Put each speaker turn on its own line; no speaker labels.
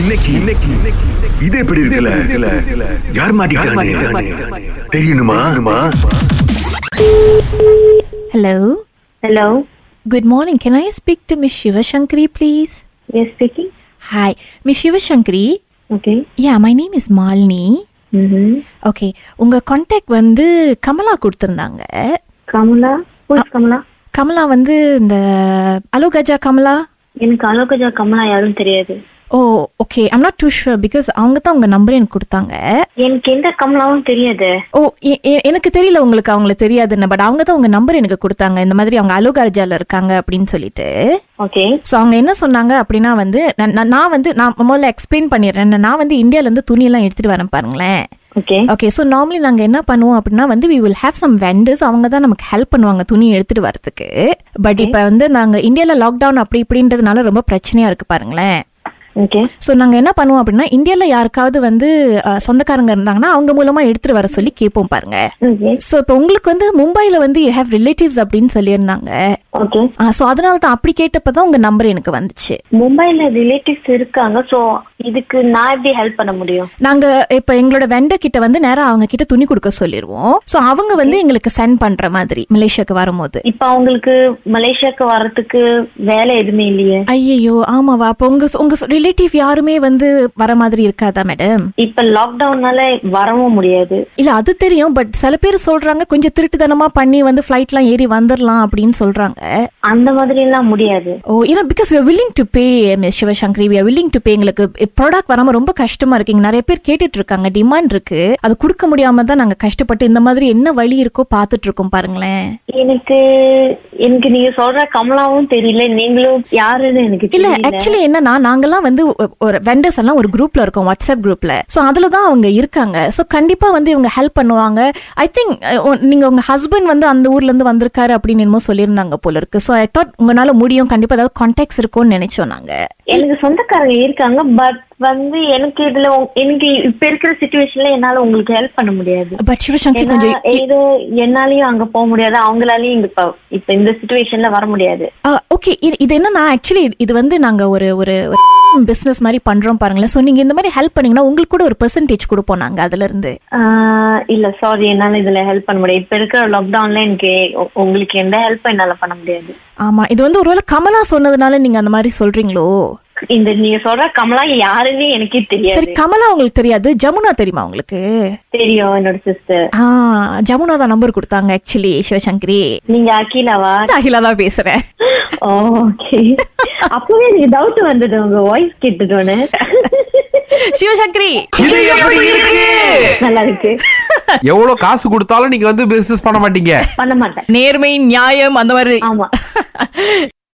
இன்னைக்கு இன்னைக்கு இது எப்படி இருக்குல்ல யார் மாட்டிக்கிட்டானே தெரியணுமா
Hello.
Hello.
Good morning. Can I speak to Miss Shiva Shankari, please?
Yes, speaking.
Hi, Miss Shiva Shankari.
Okay.
Yeah, my name is Malini.
Mm-hmm.
Okay உங்கள் contact வந்து கமலா கொடுத்துருந்தாங்க
Kamala. Who is Kamala?
Kamala வந்து இந்த allow Gaja Kamala
எனக்கு அலோகஜா கமலா யாரும் தெரியாது
oh okay I'm not too sure because அவங்க தான் உங்கள் நம்பர் எனக்கு கொடுத்தாங்க
எனக்கு எந்த கமலாவும் தெரியாது
ஓ எ- எ- எனக்கு தெரியல உங்களுக்கு அவங்கள தெரியாதுன்னு பட் அவங்க தான் உங்கள் நம்பர் எனக்கு கொடுத்தாங்க இந்த மாதிரி அவங்க அலோ கஜால இருக்காங்க அப்படின்னு சொல்லிட்டு
ஓகே
ஸோ அவங்க என்ன சொன்னாங்க அப்படின்னா வந்து நான் நான்- நான் வந்து நான் முதல்ல எக்ஸ்பிளைன் பண்ணிடுறேன் நான் வந்து இந்தியாவிலேருந்து துணியெல்லாம் எடுத்துகிட்டு வரேன் பாருங்களேன்
ஓகே
ஓகே ஸோ நார்மலி நாங்கள் என்ன பண்ணுவோம் அப்படின்னா வந்து we will have some vendors அவங்க தான் நமக்கு ஹெல்ப் பண்ணுவாங்க துணி எடுத்துட்டு வரதுக்கு பட் இப்போ வந்து நாங்கள் இந்தியாவில் லாக்டவுன் அப்படி இப்படின்றதுனால ரொம்ப பிரச்சனையாக இருக்கு பாருங்களேன்
ஓகே
ஸோ நாங்கள் என்ன பண்ணுவோம் அப்படின்னா இந்தியாவில் யாருக்காவது வந்து அஹ், சொந்தக்காரங்க இருந்தாங்கன்னா அவங்க மூலமாக எடுத்துட்டு வர சொல்லி கேட்போம் பாருங்க
ஓகே
ஸோ இப்போ உங்களுக்கு வந்து மும்பையில் வந்து யூ ஹேவ் ரிலேட்டிவ்ஸ் அப்படின்னு சொல்லியிருந்தாங்க
ஓகே
ஸோ அதனால தான் அப்படி கேட்டப்போ தான் உங்கள் நம்பர் எனக்கு வந்துச்சு
மும்பைல ரிலேட்டிவ்ஸ் இருக்காங்க சோ இதுக்கு நான் எப்படி ஹெல்ப் பண்ண முடியும்
நாங்க இப்ப எங்களோட வெண்டர் கிட்ட வந்து நேரா அவங்க கிட்ட துணி கொடுக்க சொல்லிடுவோம் சோ அவங்க வந்து எங்களுக்கு சென்ட் பண்ற மாதிரி மலேசியாக்கு வரும்போது
இப்ப அவங்களுக்கு மலேசியாக்கு வர்றதுக்கு வேலை எதுவுமே இல்லையே
ஐயோ ஆமாவா அப்ப உங்க உங்க ரிலேட்டிவ் யாருமே வந்து வர மாதிரி இருக்காதா மேடம்
இப்ப லாக்டவுன்னால வரவும் முடியாது
இல்ல அது தெரியும் பட் சில பேர் சொல்றாங்க கொஞ்சம் திருட்டுத்தனமா பண்ணி வந்து ஃபிளைட்லாம் ஏறி வந்துடலாம் அப்படின்னு சொல்றாங்க Oh,
அந்த மாதிரி எல்லாம் முடியாது
ஓ ஏன்னா because we are willing to pay miss Sivasankari we are willing to pay எங்களுக்கு ப்ராடக்ட் வராம ரொம்ப கஷ்டமா இருக்கு இங்க நிறைய பேர் கேட்டுட்டு இருக்காங்க டிமாண்ட் இருக்கு அது கொடுக்க முடியாம தான் நாங்க கஷ்டப்பட்டு இந்த மாதிரி என்ன வழி இருக்கோ பார்த்துட்டு இருக்கோம் பாருங்களேன்
எனக்கு எனக்கு நீங்க சொல்ற கமலாவும் தெரியல நீங்களும் யாருன்னு எனக்கு
இல்ல
தெரியல
ஆக்சுவலி என்னன்னா நாங்கெல்லாம் வந்து ஒ- ஒரு வெண்டர்ஸ் எல்லாம் ஒரு குரூப்ல இருக்கோம் வாட்ஸ்அப் குரூப்ல சோ அதுல தான் அவங்க இருக்காங்க சோ கண்டிப்பா வந்து இவங்க ஹெல்ப் பண்ணுவாங்க ஐ திங்க் நீங்க உங்க ஹஸ்பண்ட் வந்து அந்த ஊர்ல இருந்து வந்திருக்காரு அப்படின்னு என்னமோ சொல்லியிருந்தாங்க போல இருக்கு சோ ஐ தாட் உங்களால முடியும் கண்டிப்பா ஏதாவது கான்டாக்ட்ஸ் இருக்கும்னு நினைச்சோம் நாங்க
எனக்கு சொந்தக்காரங்க இருக்காங்க பட் வந்து எனக்கு இதுல உங்க- எனக்கு இப்ப இருக்கிற சுச்சுவேஷன்ல என்னால உங்களுக்கு ஹெல்ப் பண்ண முடியாது
பட் சிவசங்கரி
ஏன்னா
கொஞ்சம்
ஏதோ என்னாலயும் அங்க போக முடியாது அவங்களாலயும் இங்க இப்ப இப்ப இந்த சுச்சுவேஷன்ல வர முடியாது
ஓகே இது இது என்னன்னா ஆக்சுவலி இது வந்து நாங்க ஒரு ஒரு பிசினஸ் மாதிரி பண்றோம் பாருங்களேன் சோ நீங்க இந்த மாதிரி ஹெல்ப் பண்ணீங்கன்னா உங்களுக்கு கூட ஒரு பெர்சன்டேஜ் கொடுப்போம் நாங்க அதுல இருந்து
ஆஹ் இல்ல சாரி என்னால இதுல ஹெல்ப் பண்ண முடியாது இப்ப இருக்கிற லாக்டவுன்ல எனக்கு உ- உங்களுக்கு எந்த ஹெல்ப் என்னால பண்ண முடியாது
ஆமா இது வந்து ஒருவேளை கமலா சொன்னதுனால நீங்க அந்த மாதிரி சொல்றீங்களோ
இந்த நீங்க சொல்ற கமலா யாருன்னு எனக்கே
சரி
தெரியாது
கமலா உங்களுக்கு தெரியாது ஜமுனா தெரியுமா உங்களுக்கு
தெரியும் என்னோட சிஸ்டர்
ஆ ஜமுனா தான் நம்பர் கொடுத்தாங்க ஆக்சுவலி சிவசங்கரி
நீங்க அகிலாவா
அகிலா தான் பேசுறேன்
ஓகே Oh, அப்பவே எனக்கு டவுட் வந்தது உங்க வாய்ஸ் கேட்டுட்டோன்னு
சிவசங்கரி
இது எப்படி இருக்கு
நல்லா இருக்கு
எவ்வளவு காசு கொடுத்தாலும் நீங்க வந்து business பண்ண மாட்டீங்க
பண்ண மாட்டேன்
நேர்மை நியாயம் அந்த மாதிரி
ஆமா